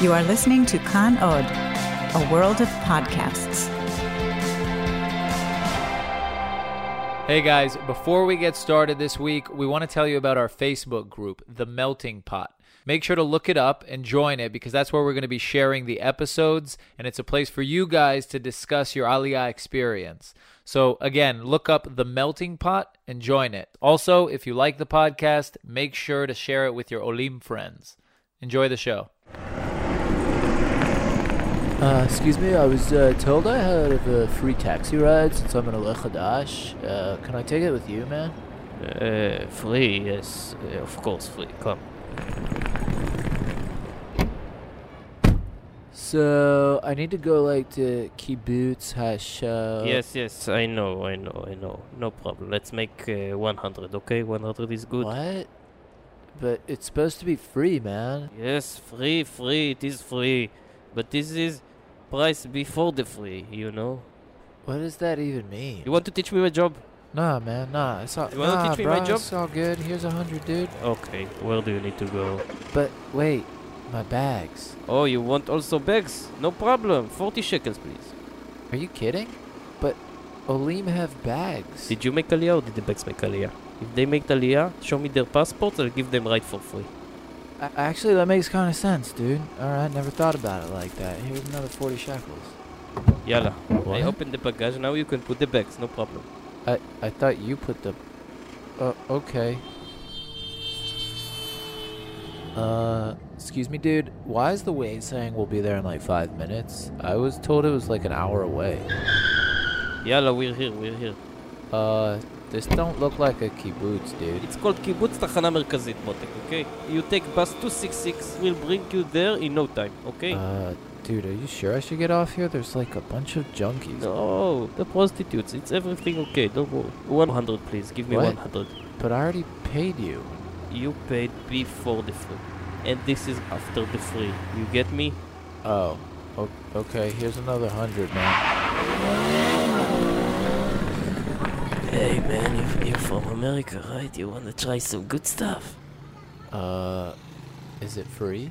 You are listening to Khan Od, a world of podcasts. Hey guys, before we get started this week, we want to tell you about our Facebook group, The Melting Pot. Make sure to look it up and join it because that's where we're going to be sharing the episodes, and it's a place for you guys to discuss your Aliyah experience. So, again, look up The Melting Pot and join it. Also, if you like the podcast, make sure to share it with your Olim friends. Enjoy the show. Uh, excuse me, I was uh, told I had a free taxi ride since I'm in Alech Hadash. Uh, can I take it with you, man? Uh, flee, yes, uh, of course, flee. Come. So, I need to go, like, to Kibbutz Hashem. yes, yes, I know, I know, I know. No problem. Let's make uh, 100, okay? 100 is good. What? But it's supposed to be free, man. Yes, free, free, it is free. But this is price before the free, you know? What does that even mean? You want to teach me my job? Nah, man, nah. It's all, You wanna nah, teach me bro, my job? Oh. It's all good. Here's a hundred, dude. Okay, where do you need to go? But wait, my bags. Oh, you want also bags? No problem. 40 shekels, please. Are you kidding? But Olim have bags. Did you make Aliyah or did the bags make Aliyah? If they make Aliyah, show me their passports, I'll give them right for free. A- Actually, that makes kind of sense, dude. All right, never thought about it like that. Here's another 40 shekels. Yalla. What? I open the bagage, now you can put the bags, no problem. I, I thought you put the. Uh, okay. Uh, excuse me, dude. Why is the wait saying we'll be there in like five minutes? I was told it was like an hour away. Yalla, we're here, we're here. Uh, this don't look like a kibbutz, dude. It's called קיבוץ תחנה מרכזית, מותק, okay? You take bus 266, we'll bring you there in no time, okay? Uh, dude, are you sure I should get off here? There's like a bunch of junkies. no, the prostitutes, it's everything okay, don't worry. 100, please, give me What? 100. But I already paid you. You paid before the free, and this is after the free. You get me? Oh. O- okay, here's another hundred, man. Hey, man, you, you're from America, right? You wanna try some good stuff? Uh, is it free?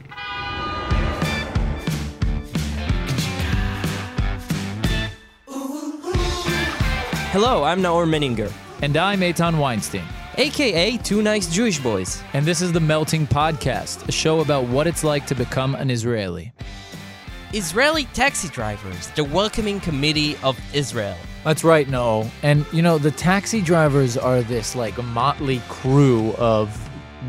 Hello, I'm Naor Menninger, And I'm Eitan Weinstein. aka Two Nice Jewish Boys. And this is The Melting Podcast, a show about what it's like to become an Israeli. Israeli taxi drivers, the welcoming committee of Israel. That's right, no. And, you know, the taxi drivers are this, like, motley crew of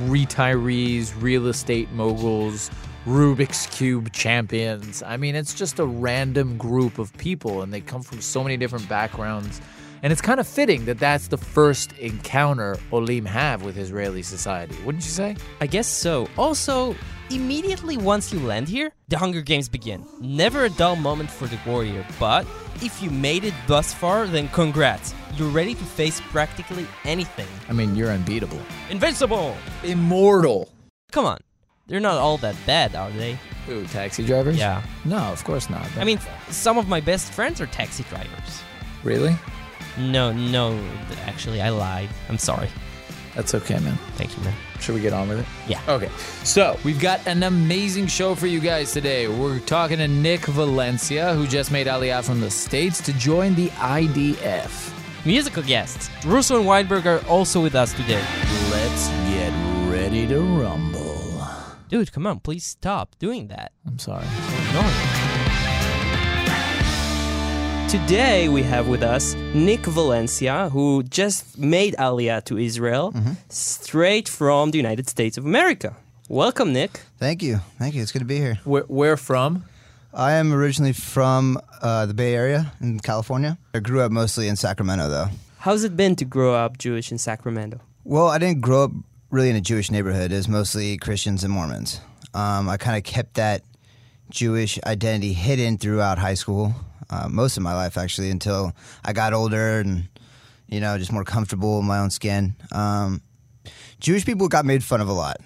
retirees, real estate moguls, Rubik's Cube champions. I mean, it's just a random group of people, and they come from so many different backgrounds. And it's kind of fitting that that's the first encounter Olim have with Israeli society, wouldn't you say? I guess so. Also, immediately once you land here, the Hunger Games begin. Never a dull moment for the warrior, but if you made it thus far, then congrats. You're ready to face practically anything. I mean, you're unbeatable. Invincible! Immortal. Come on. They're not all that bad, are they? Ooh, taxi drivers? Yeah. No, of course not. I mean, some of my best friends are taxi drivers. really? No, no, th- actually, I lied. I'm sorry. That's okay, man. Thank you, man. Should we get on with it? Yeah. Okay. So we've got an amazing show for you guys today. We're talking to Nick Valencia, who just made Aliyah from the States to join the IDF. Musical guests. Russo and Weinberg are also with us today. Let's get ready to rumble. Dude, come on, please stop doing that. I'm sorry. Today we have with us Nick Valencia, who just made Aliyah to Israel, straight from the United States of America. Welcome, Nick. Thank you. Thank you. It's good to be here. Where, where from? I am originally from uh, the Bay Area in California. I grew up mostly in Sacramento, though. How's it been to grow up Jewish in Sacramento? Well, I didn't grow up really in a Jewish neighborhood. It was mostly Christians and Mormons. Um, I kind of kept that Jewish identity hidden throughout high school, uh, most of my life, actually, until I got older and, you know, just more comfortable in my own skin. Um, Jewish people got made fun of a lot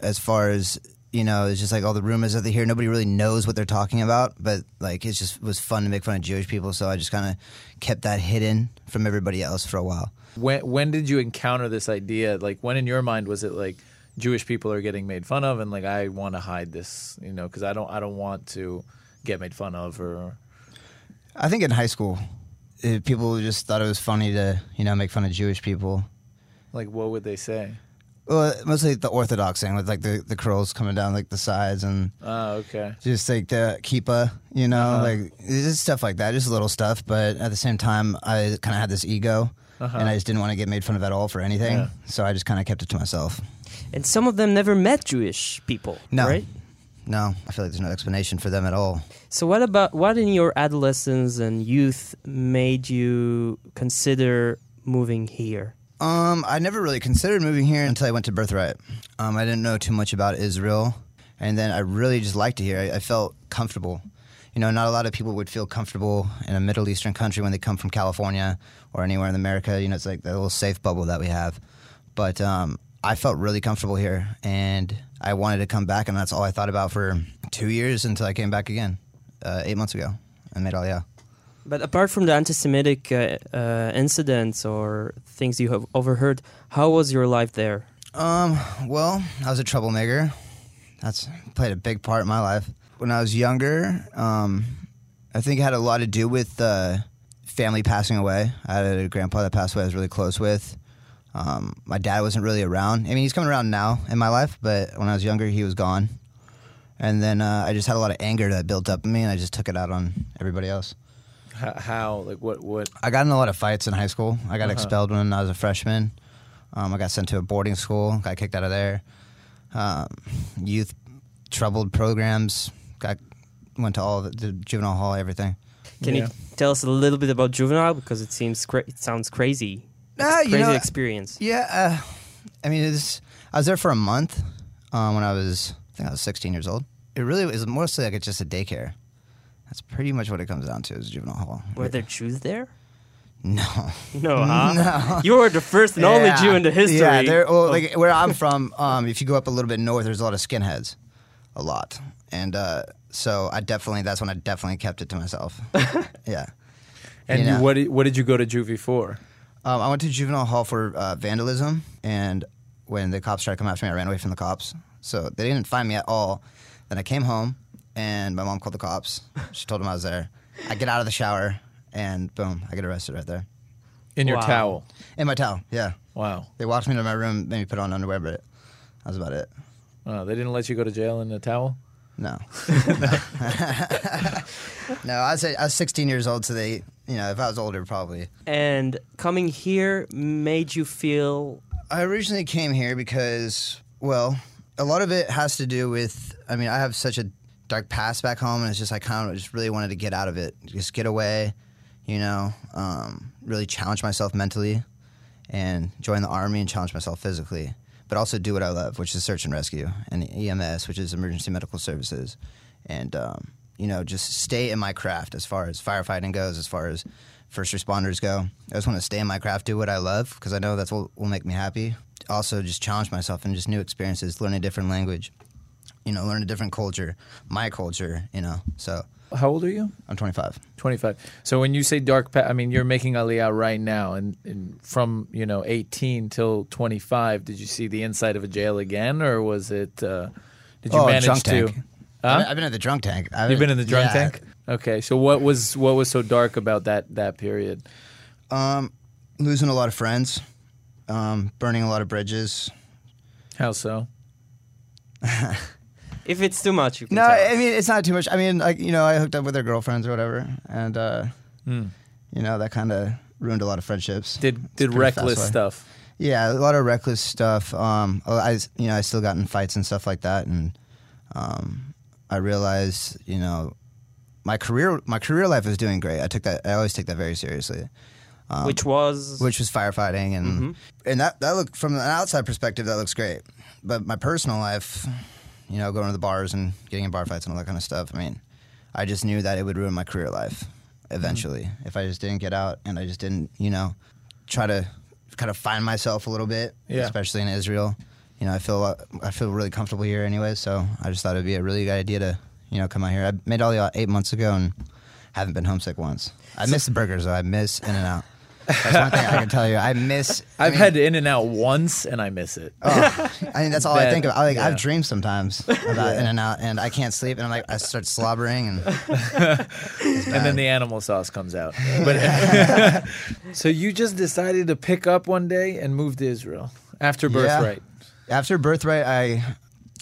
as far as. You know, it's just like all the rumors that they hear. Nobody really knows what they're talking about, but like it's just it was fun to make fun of Jewish people. So I just kind of kept that hidden from everybody else for a while. When, when did you encounter this idea? Like, when in your mind was it like, Jewish people are getting made fun of, and like I want to hide this, you know, because I don't I don't want to get made fun of or I think in high school, eh, people just thought it was funny to you know make fun of Jewish people. like what would they say? Well, mostly the Orthodox thing with like the, the curls coming down like the sides and Oh, okay. just like the kippah, you know, like it's just stuff like that, just little stuff. But at the same time, I kind of had this ego, and I just didn't want to get made fun of at all for anything. Yeah. So I just kind of kept it to myself. And some of them never met Jewish people, No, right? no, I feel like there's no explanation for them at all. So what about what in your adolescence and youth made you consider moving here? Um, I never really considered moving here until I went to Birthright. Um, I didn't know too much about Israel, and then I really just liked it here. I, I felt comfortable. You know, not a lot of people would feel comfortable in a Middle Eastern country when they come from California or anywhere in America. You know, it's like that little safe bubble that we have. But um, I felt really comfortable here, and I wanted to come back, and that's all I thought about for two years until I came back again uh, eight months ago and made Aliyah. But apart from the anti-Semitic uh, uh, incidents or things you have overheard, how was your life there? Um, well, I was a troublemaker. That's played a big part in my life. When I was younger, um, I think it had a lot to do with uh, family passing away. I had a grandpa that passed away I was really close with. Um, my dad wasn't really around. I mean, he's coming around now in my life, but when I was younger, he was gone. And then uh, I just had a lot of anger that built up in me, and I just took it out on everybody else. How, how like what what? I got in a lot of fights in high school. I got expelled when I was a freshman. Um, I got sent to a boarding school. Got kicked out of there. Um, youth troubled programs. Got went to all the, the juvenile hall. Everything. Can Yeah. you tell us a little bit about juvenile because it seems cra- it sounds crazy. It's Ah, a you crazy know- experience. Yeah. Uh, I mean, it's. I was there for a month um, when I was. I think I was 16 years old. It really is mostly like it's just a daycare. That's pretty much what it comes down to is juvenile hall. Were there Jews there? No. No, huh? You were the first and only Yeah. Jew in the history. Yeah, they're, well, like where I'm from, um, if you go up a little bit north, there's a lot of skinheads, a lot, and uh, so I definitely that's when I definitely kept it to myself. yeah, And You you know. what did, what did you go to juvie for? um, I went to juvenile hall for uh, vandalism, and when the cops tried to come after me, I ran away from the cops, so they didn't find me at all. Then I came home, and my mom called the cops. She told them I was there. I get out of the shower, and boom, I get arrested right there In your Wow. towel. in my towel. Yeah, Wow. they walked me to my room, made me put on underwear, but that was about it. Oh, they didn't let you go to jail in a towel. No. no, I was, I was 16 years old, so they, you know, if I was older, probably. and coming here made you feel I originally came here because, well, a lot of it has to do with, I mean, I have such a dark past back home, and it's just, I kind of just really wanted to get out of it, just get away, you know, um, really challenge myself mentally and join the army and challenge myself physically, but also do what I love, which is search and rescue and EMS, which is emergency medical services, and um, you know just stay in my craft as far as firefighting goes, as far as first responders go. I just want to stay in my craft, do what I love because I know that's what will make me happy. Also, just challenge myself and just new experiences, learn a different language, you know, learn a different culture, my culture, you know. So How old are you? I'm 25. 25. So when you say dark past, I mean, you're making Aliyah right now. And, and from, you know, 18 till 25, did you see the inside of a jail again? Or was it, uh, did you Oh, manage drunk to? tank. Huh? I've been at the drunk tank. I've You've been in the drunk yeah. tank? Okay. So what was, what was so dark about that, that period? Um, losing a lot of friends, um, burning a lot of bridges. How so? if it's too much. You can No, tell I us. mean it's not too much. I mean, like you know, I hooked up with their girlfriends or whatever, and uh, you know that kind of ruined a lot of friendships. Did, It's did pretty fast reckless way. stuff. Yeah, a lot of reckless stuff. Um, I s- you know I still got in fights and stuff like that, and um, I realized you know my career my career life was doing great. I took that I always take that very seriously. Um, which Mm-hmm. was Hmm? which Mm-hmm. was firefighting and and that that look from an outside perspective that looks great but my personal life you know going to the bars and getting in bar fights and all that kind of stuff i mean i just knew that it would ruin my career life eventually if i just didn't get out and i just didn't you know try to kind of find myself a little bit Yeah. especially in israel you know i feel i feel really comfortable here anyway so i just thought it'd be a really good idea to you know come out here i made all the eight months ago and haven't been homesick once i miss the burgers though i miss in and out That's one thing I can tell you. I miss. I I've mean, had In and Out once, and I miss it. Oh, I mean, that's all I That- think about. I, like, yeah. I've dreamed sometimes about In and Out, and I can't sleep, and I'm like, I start slobbering, and and then the animal sauce comes out. But so you just decided to pick up one day and move to Israel after birthright. after birthright, I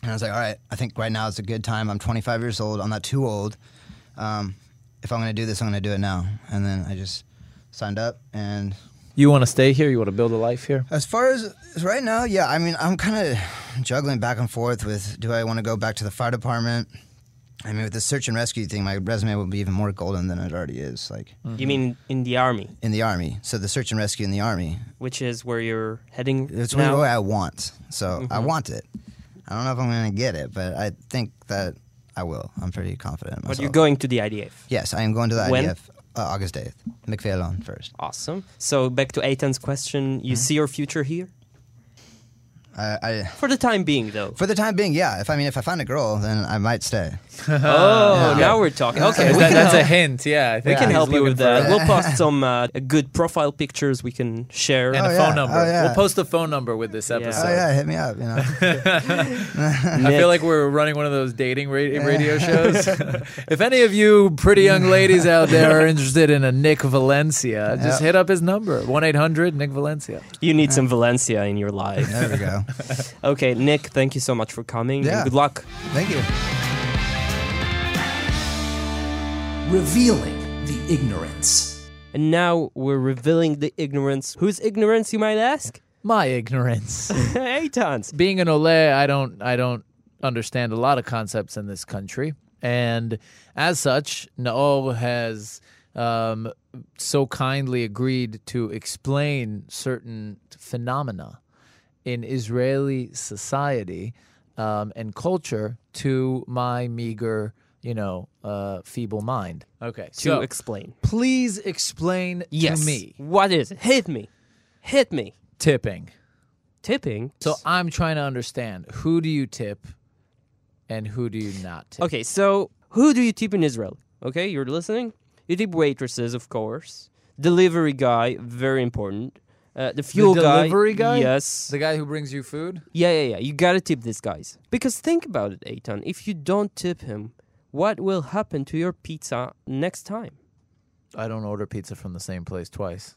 and I was like, all right, I think right now is a good time. I'm 25 years old. I'm not too old. Um, if I'm gonna do this, I'm gonna do it now. And then I just signed up, and You want to stay here? You want to build a life here? As far as as right now, yeah, I mean, I'm kind of juggling back and forth with do I want to go back to the fire department? I mean, with the search and rescue thing, my resume will be even more golden than it already is, like You mean in the army, in the army. So the search and rescue in the army, which is where you're heading it's now? Mm-hmm. what I want. So I want it. I don't know if I'm going to get it, but I think that I will. I'm pretty confident. in But myself. you're going to the IDF. Yes, I am going to the When? IDF uh, August 8th. McPhailon first. Awesome. So back to Aitan's question, Mm-hmm. you see your future here? I, I For the time being, though. for the time being, yeah. If I mean, if I find a girl, then I might stay. Oh, now we're talking. Okay, Is we that, can that's help. a hint. Yeah, I think We can he's help you looking with for that. a- We'll post some uh, good profile pictures we can share. And a yeah. phone number. Oh, yeah. We'll post the phone number with this episode. Oh yeah, hit me up. You know. I feel like we're running one of those dating ra- radio shows. if any of you pretty young ladies out there are interested in a Nick Valencia, just Yeah. hit up his number 1 800 Nick Valencia. you need some Valencia in your life. There we go. okay, Nick, thank you so much for coming. and Yeah. good luck. Thank you. Revealing the ignorance. And now we're revealing the ignorance. Whose ignorance, you might ask? My ignorance. Aitan's. being an Olay, I don't I don't understand a lot of concepts in this country, and as such, Naol has um, so kindly agreed to explain certain phenomena in Israeli society um, and culture to my meager, you know, uh, feeble mind. Okay, To so explain. please explain Yes. to me What is it? Hit me. Hit me. tipping. Tipping. So I'm trying to understand who do you tip and who do you not tip? Okay, so who do you tip in Israel? Okay, you're listening. You tip waitresses, of course. Delivery guy, very important. Uh, the fuel guy. delivery guy? Yes. The guy who brings you food? yeah, yeah, yeah. You gotta tip these guys because think about it, Eitan. If you don't tip him, what will happen to your pizza next time? I don't order pizza from the same place twice.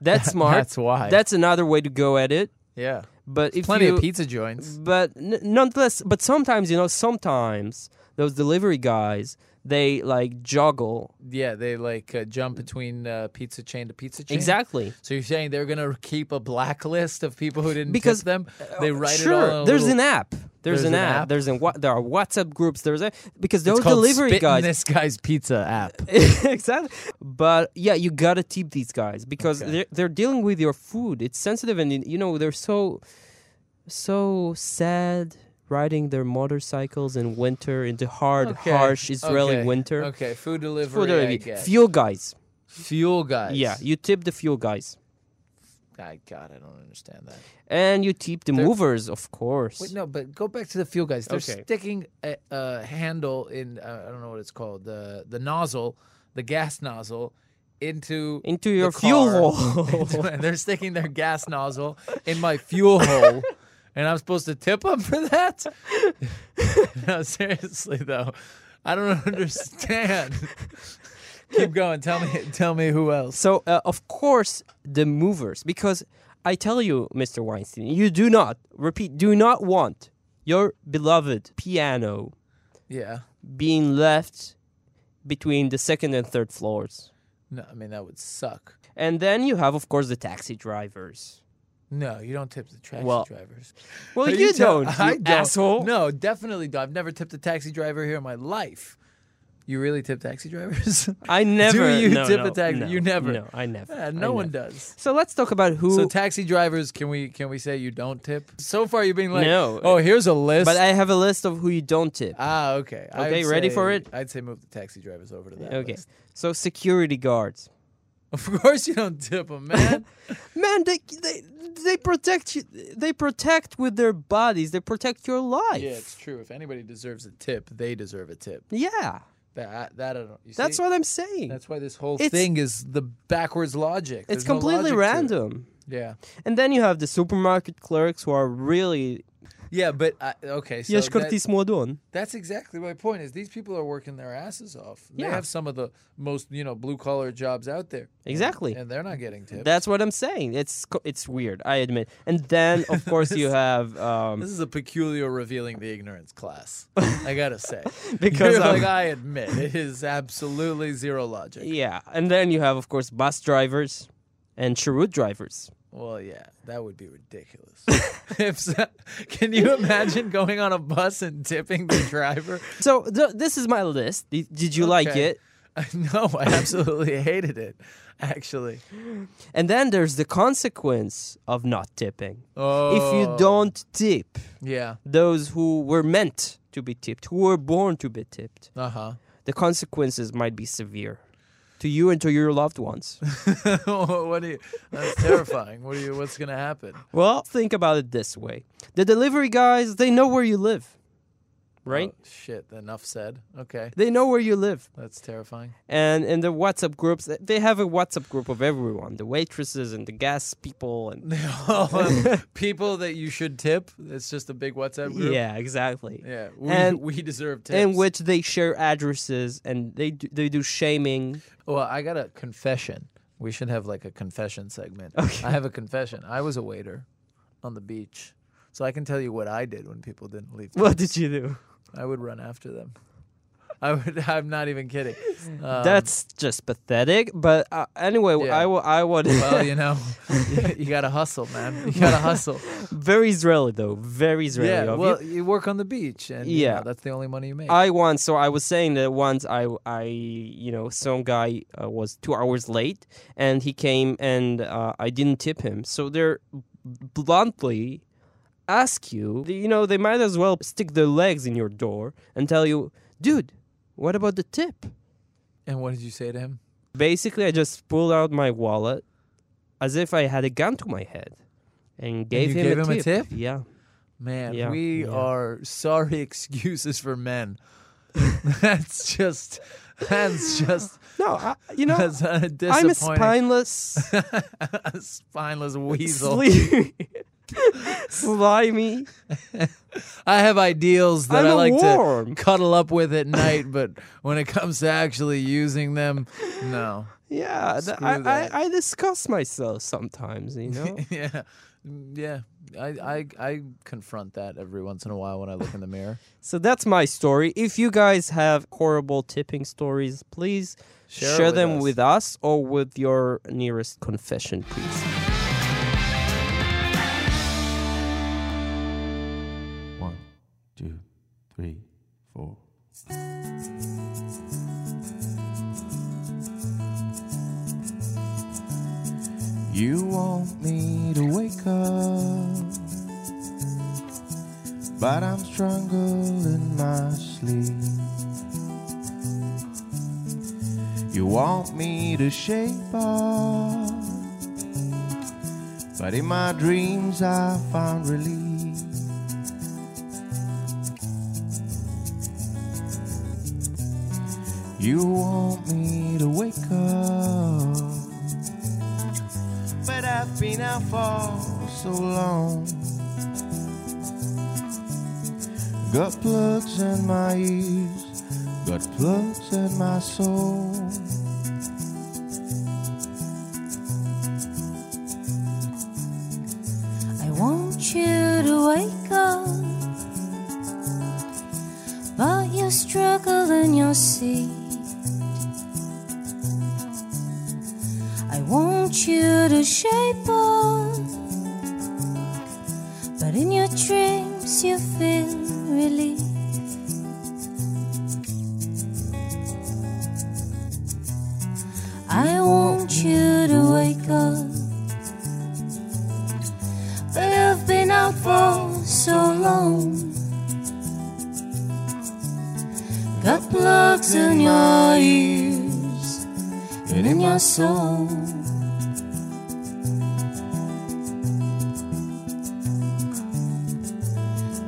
That's smart. That's why. That's another way to go at it. Yeah. But if Plenty you, of pizza joints. But n- nonetheless, but sometimes you know, sometimes those delivery guys they like juggle. Yeah, they like uh, jump between uh, pizza chain to pizza chain. Exactly. So you're saying they're going to keep a blacklist of people who didn't Because- tip them? They write sure. it all in a there's little- an app. There's, an, app. There's an what? There are WhatsApp groups. There's a because It's those called delivery Spit in guys. this guy's pizza app. exactly. But yeah, you gotta tip these guys because Okay. they're they're dealing with your food. It's sensitive, and you know they're so so sad riding their motorcycles in winter in the hard, Okay. harsh Israeli Okay. winter. Okay, food delivery. Food I delivery. get. Fuel guys. Fuel guys. Yeah, you tip the fuel guys. God, God, I don't understand that. And you tip the They're- movers, of course. Wait, no, but go back to the fuel guys. They're Okay. sticking a, a handle in uh, I don't know what it's called the the nozzle, the gas nozzle, into Into the your fuel car. hole. And they're sticking their gas nozzle in my fuel hole, and I'm supposed to tip them for that? no, seriously though, I don't understand. Keep going. Tell me. Tell me who else. So, uh, of course, the movers, because I tell you, Mr. Weinstein, you do not, repeat, do not want your beloved piano Yeah. being left between the second and third floors. No, I mean that would suck. And then you have, of course, the taxi drivers. No, you don't tip the taxi Well- drivers. Well, Are you, tell- don't, you I don't. asshole. No, definitely don't. I've never tipped a taxi driver here in my life. You really tip taxi drivers? I never. Do you no, tip no, a taxi? no, you never. No, I never. Yeah, I no one never. does. So let's talk about who. So taxi drivers, can we can we say you don't tip? So far, you're being like, No. Oh, here's a list. but I have a list of who you don't tip. ah, okay. I Okay, would ready for say- it? I'd say move the taxi drivers over to that. okay. list. So security guards. Of course, you don't tip them, man. man they, they they protect you they protect with their bodies they protect your yeah, it's life true. If anybody deserves a tip, they deserve a tip. yeah, That, that I don't. You That's see? what I'm saying. That's why this whole It's- thing is the backwards logic. it's There's no logic completely to it. random. Yeah. And then you have the supermarket clerks who are really Yeah, but I, okay. So Yes, that- Curtis Modon. that's exactly my point. Is these people are working their asses off. Yeah. They have some of the most you know blue collar jobs out there. Exactly. And they're not getting tips. That's what I'm saying. It's co- it's weird. I admit. And then of course you have this um, is a peculiar revealing the ignorance class. I gotta say, Because You're I'm- like I admit, it is absolutely zero logic. yeah, and then you have of course bus drivers and chariot drivers. Well, yeah, that would be ridiculous. if so, can you imagine going on a bus and tipping the driver? So th- this is my list. Did, did you like Okay. it? no, I absolutely hated it. Actually, And then there's the consequence of not tipping. oh, If you don't tip yeah, those who were meant to be tipped, who were born to be tipped, uh huh. the consequences might be severe to you and to your loved ones. what do you? That's terrifying. What do you? What's gonna happen? Well, think about it this way. The delivery guys, they know where you live. Right? Oh, shit. Enough said. Okay, They know where you live. that's terrifying. And in the WhatsApp groups, they have a WhatsApp group of everyone, the waitresses and the gas people and Oh, um, People that you should tip. It's just a big WhatsApp group. Yeah, exactly. yeah. We, And- we deserve tips. In which they share addresses and they do, they do shaming. Well, I got a confession. We should have like a confession segment. I have a confession. I was a waiter on the beach. So I can tell you what I did when people didn't leave. What tips. did you do? I would run after them. I would I'm not even kidding. Um, That's just pathetic. But uh, anyway, Yeah. I wa- I would well, you know, you gotta hustle, man. You gotta hustle. very Israeli though, very Israeli yeah, of well, you. you. work on the beach, and yeah, Yeah. that's the only money you make. I once, so I was saying that once I, I, you know, some guy uh, was two hours late, and he came, and uh, I didn't tip him. So they're bluntly ask you, you know, they might as well stick their legs in your door and tell you, dude, what about the tip? and what did you say to him? Basically, I just pulled out my wallet as if I had a gun to my head and gave, you him, gave a, him a tip. tip? Yeah. Man, Yeah, we yeah. are sorry excuses for men. that's just, that's just, No, I, you know, that's uh, I'm a disappointing. spineless, a spineless weasel. slimy, slimy. I have ideals that I'm I a like worm. to cuddle up with at night, but when it comes to actually using them, no. Yeah, th- Screw I, that. I, I discuss myself sometimes, you know? yeah, yeah. I, I I confront that every once in a while when I look in the mirror. so that's my story. If you guys have horrible tipping stories, please Share it share, with them us. with us or with your nearest confession, please. One, two, three, four. You want me to wake up, but I'm strangled in my sleep. You want me to shape up, but in my dreams I found relief. You want me to wake up but I've been out for so long. Got plugs in my ears, got plugs in my soul. I want you to wake up, but you struggle in your seat. I want you to shape up, but in your dreams you feel relief. I want you to wake up. But I've been out for so long. Got plugs in your ears and in your soul.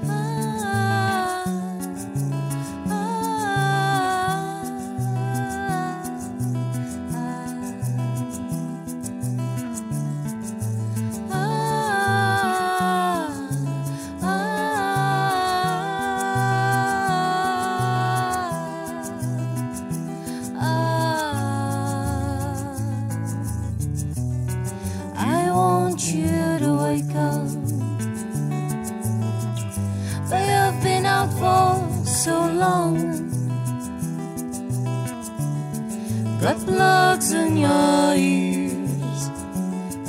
Ah, ah, ah. Got plugs in your ears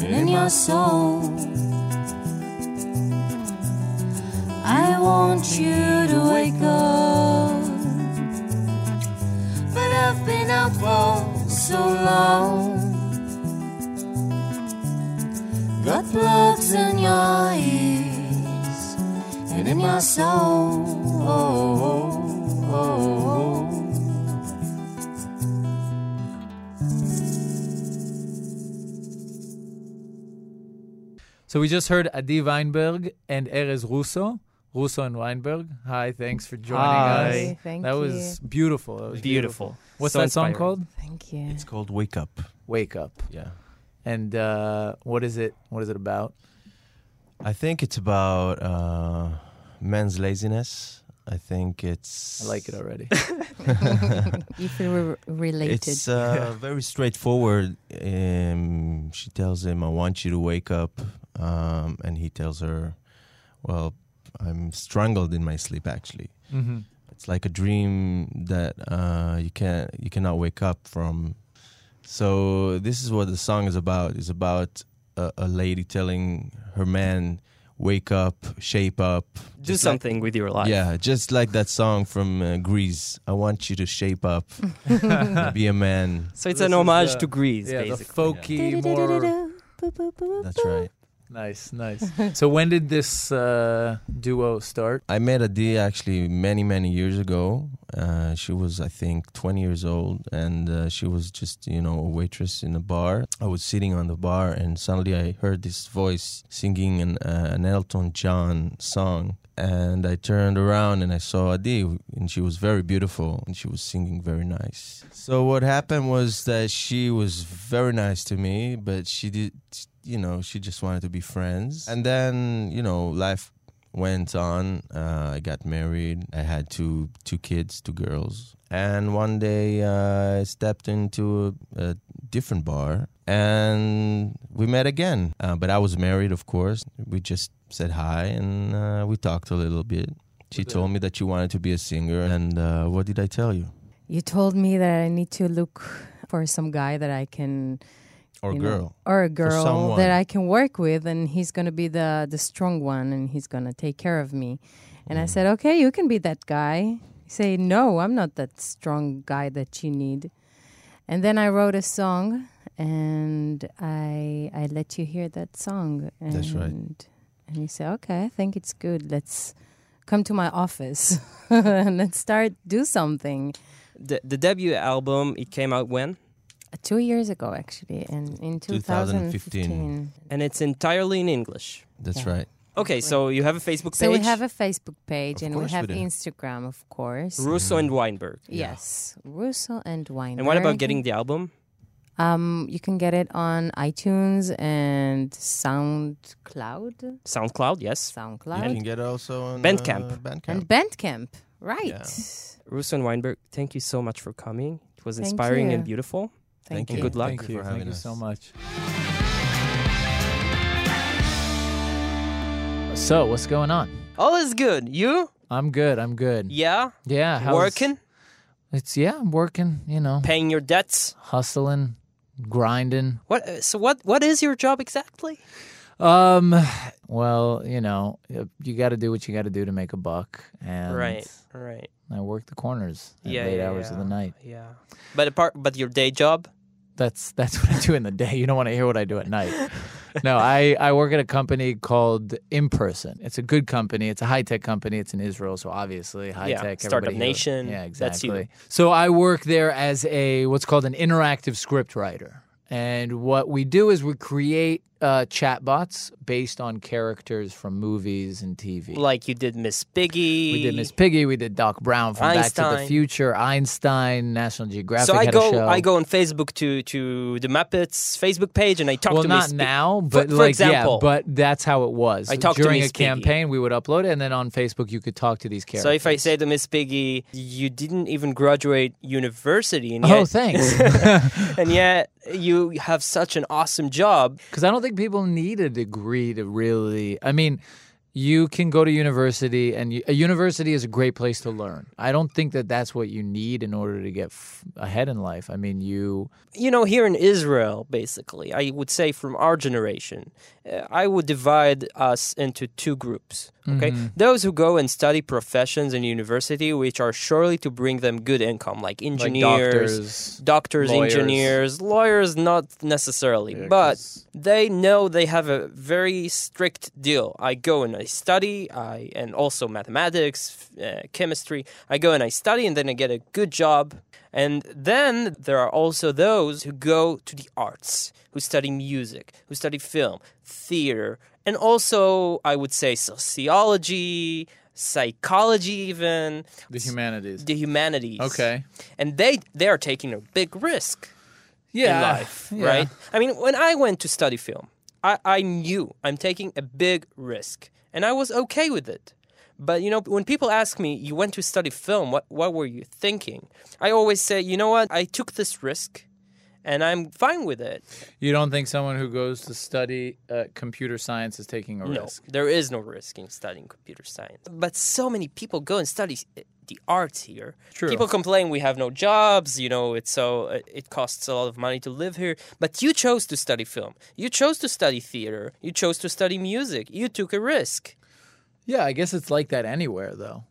and in your soul. I want you to wake up, but I've been out for so long. Got plugs in your ears and in your soul. So we just heard Adi Weinberg and Erez Russo. Russo and Weinberg. Hi, thanks for joining Hi. us. Hey, thank that you. was beautiful. That was Beautiful. beautiful. What's So that song inspiring. called? Thank you. It's called Wake Up. Wake Up. Yeah. And uh, what is it? What is it about? I think it's about uh, men's laziness. I think it's. I like it already. You feel re- related. It's uh, very straightforward. Um, she tells him, "I want you to wake up," um, and he tells her, "Well, I'm strangled in my sleep. Actually, Mm-hmm. Mhm. it's like a dream that uh, you can not you cannot wake up from." So this is what the song is about. It's about a, a lady telling her man, "Wake up, shape up, Do Just something with your life. Yeah, just like that song from uh, Greece. I want you to shape up, uh, be a man. So it's an homage to Greece, yeah, The basically. folky, more. That's right. Nice, nice. so when did this uh, duo start? I met Adi actually many, many years ago. Uh, she was, I think, 20 years old, and uh, she was just, you know, a waitress in a bar. I was sitting on the bar, and suddenly I heard this voice singing an, uh, an Elton John song. And I turned around and I saw Adi, and she was very beautiful, and she was singing very nice. So what happened was that she was very nice to me, but she did, you know, she just wanted to be friends. And then, you know, life went on. Uh, I got married. I had two two kids, two girls. And one day uh, I stepped into a, a different bar, and we met again. Uh, but I was married, of course. We just said hi, and uh, we talked a little bit. She told me that she wanted to be a singer, and uh, what did I tell you? you told me that I need to look for some guy that I can. Or you know, girl. or a For girl someone. that I can work with, and he's gonna be the the strong one, and he's gonna take care of me. And Mm. I said, okay, you can be that guy. You say, no, I'm not that strong guy that you need. And then I wrote a song, and I I let you hear that song. And, That's right. And you say, okay, I think it's good. Let's come to my office and let's start do something. The, the debut album, it came out when? Two years ago, actually, and in 2015. And it's entirely in English. That's Yeah. right. Okay, so you have a Facebook page. So we have a Facebook page and we course have we do. Instagram, of course. Mm-hmm. Russo and Weinberg. Yes, Russo and Weinberg. And what about getting the album? Um, you can get it on iTunes and SoundCloud SoundCloud, yes. SoundCloud. You can get it also on Bandcamp. Uh, Bandcamp. and Bandcamp. Right. Russo and Weinberg, thank you so much for coming. It was Thank inspiring you. and beautiful. Thank and you. good luck. Thank you. Thank you so much. So what's going on? All is good. You? I'm good. I'm good. Yeah? Yeah. how's- Working? It's yeah. I'm working. You know, Paying your debts. hustling, grinding. What? uh, So what? What is your job exactly? Um, well, you know, y- you got to do what you got to do to make a buck, and Right, right. I work the corners at Yeah, late yeah, hours of the yeah, night. Yeah, But apart, but your day job. that's that's what I do in the day. You don't want to hear what I do at night. No, I I work at a company called InPerson. It's a good company. It's a high tech company. It's in Israel, so obviously high Yeah, tech. Startup everybody here- Nation, Yeah, that's you. exactly. So I work there as a what's called an interactive script writer. And what we do is we create uh, chatbots based on characters from movies and TV. Like you did Miss Piggy. We did Miss Piggy. We did Doc Brown from Back to Einstein. the Future, Einstein, National Geographic. so I had a go, show. I go on Facebook to to the Muppets Facebook page, and I talk well, to not Miss Pig- now, For- but for, like example, yeah, but that's how it was. I talked to during Miss a Piggy. campaign. We would upload it, and then on Facebook you could talk to these characters. so if I say to Miss Piggy, you didn't even graduate university, and Oh, yet- thanks. and yet you have such an awesome job. Because I don't think people need a degree to really. I mean, you can go to university, and you, a university is a great place to learn. I don't think that that's what you need in order to get f- ahead in life. I mean, you you know, here in Israel, basically, I would say from our generation, uh, I would divide us into two groups. Okay, Mhm. those who go and study professions in university, which are surely to bring them good income, like engineers, doctors, doctors, lawyers. engineers, lawyers, not necessarily, but they know they have a very strict deal. I go and I study, I and also mathematics, uh, chemistry. I go and I study, and then I get a good job. And then there are also those who go to the arts, who study music, who study film, theater, and also I would say sociology, psychology, even the humanities. The humanities. Okay. And they they are taking a big risk in Yeah, life, yeah. right? I mean, when I went to study film, I, I knew I'm taking a big risk, and I was okay with it. But you know, when people ask me, "You went to study film? What what were you thinking?" I always say, "You know what? I took this risk, and I'm fine with it." You don't think someone who goes to study uh, computer science is taking a no, risk? there is no risk in studying computer science. But so many people go and study uh, the arts here. True. People complain we have no jobs. You know, it's so uh, it costs a lot of money to live here. But you chose to study film. You chose to study theater. You chose to study music. You took a risk. Yeah, I guess it's like that anywhere, though.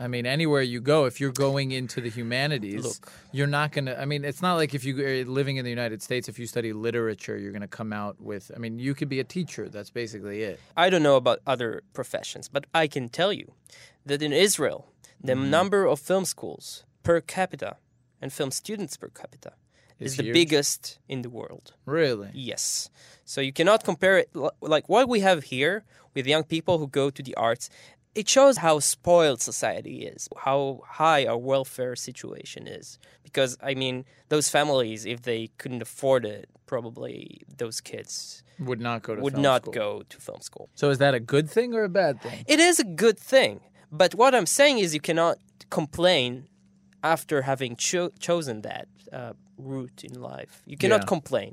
I mean, anywhere you go, if you're going into the humanities, Look. you're not going to. I mean, it's not like if you're living in the United States, if you study literature, you're going to come out with. I mean, you could be a teacher. That's basically it. I don't know about other professions, but I can tell you that in Israel, the number of film schools per capita and film students per capita Is is, the huge. biggest in the world. Really? Yes. So you cannot compare it li- like what we have here with young people who go to the arts. It shows how spoiled society is, how high our welfare situation is. Because I mean, those families, if they couldn't afford it, probably those kids Would not go to would film not school. go to film school. So is that a good thing or a bad thing? It is a good thing, but what I'm saying is you cannot complain after having cho- chosen that uh, route in life. You cannot Yeah. complain.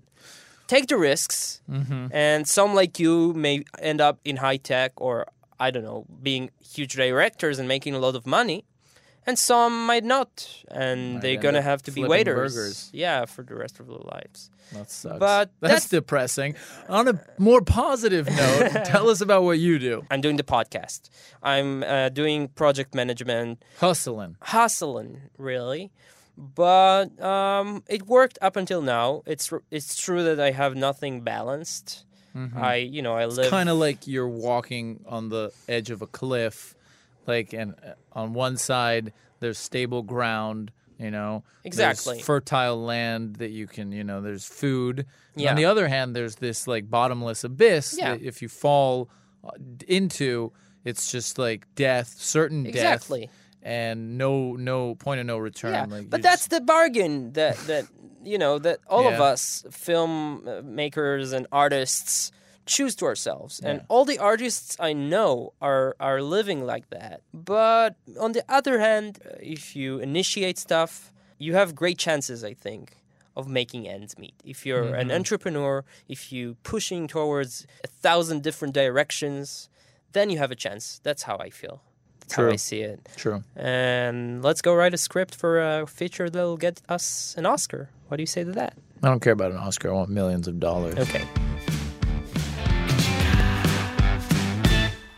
Take the risks, Mhm. and some like you may end up in high tech or I don't know, being huge directors and making a lot of money, and some might not, and Might they're end gonna up have to be flipping waiters. burgers. Yeah, for the rest of their lives. That sucks. But that's, that's- depressing. On a more positive note, tell us about what you do. I'm doing the podcast. I'm uh, doing project management. Hustling. hustling really but um, it worked up until now it's r- it's true that i have nothing balanced Mhm. i you know i It's live kind of like you're walking on the edge of a cliff, like, and uh, on one side there's stable ground, you know, there's Exactly. fertile land that you can, you know, there's food. And Yeah. On the other hand, there's this like bottomless abyss Yeah. that if you fall uh, d- into, it's just like death, certain Exactly. death, and no, no point of no return. yeah like, but you that's the bargain that that you know that all of Yeah. us film uh, makers and artists choose to ourselves and all the artists i know are are living like that but on the other hand uh, if you initiate stuff you have great chances i think of making ends meet if you're an Mhm. entrepreneur if you pushing towards a thousand different directions then you have a chance that's how i feel that's how i True. see it True. and let's go write a script for a feature that'll get us an Oscar. What do you say to that? I don't care about an Oscar. I want millions of dollars. Okay.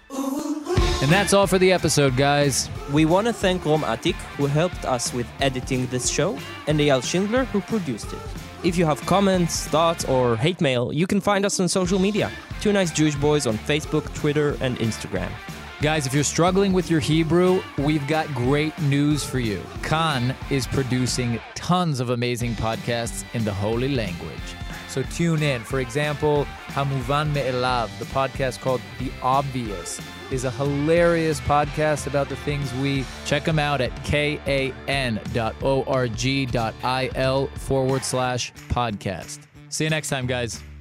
And that's all for the episode, guys. We want to thank Rom Atik, who helped us with editing this show, and Eyal Schindler, who produced it. If you have comments, thoughts, or hate mail, you can find us on social media. Two Nice Jewish Boys on Facebook, Twitter, and Instagram. Guys, if you're struggling with your Hebrew, we've got great news for you. Khan is producing tons of amazing podcasts in the holy language. So tune in. For example, Hamuvan Me'elav, the podcast called The Obvious, is a hilarious podcast about the things we check them out at kan.org.il forward slash podcast. See you next time, guys.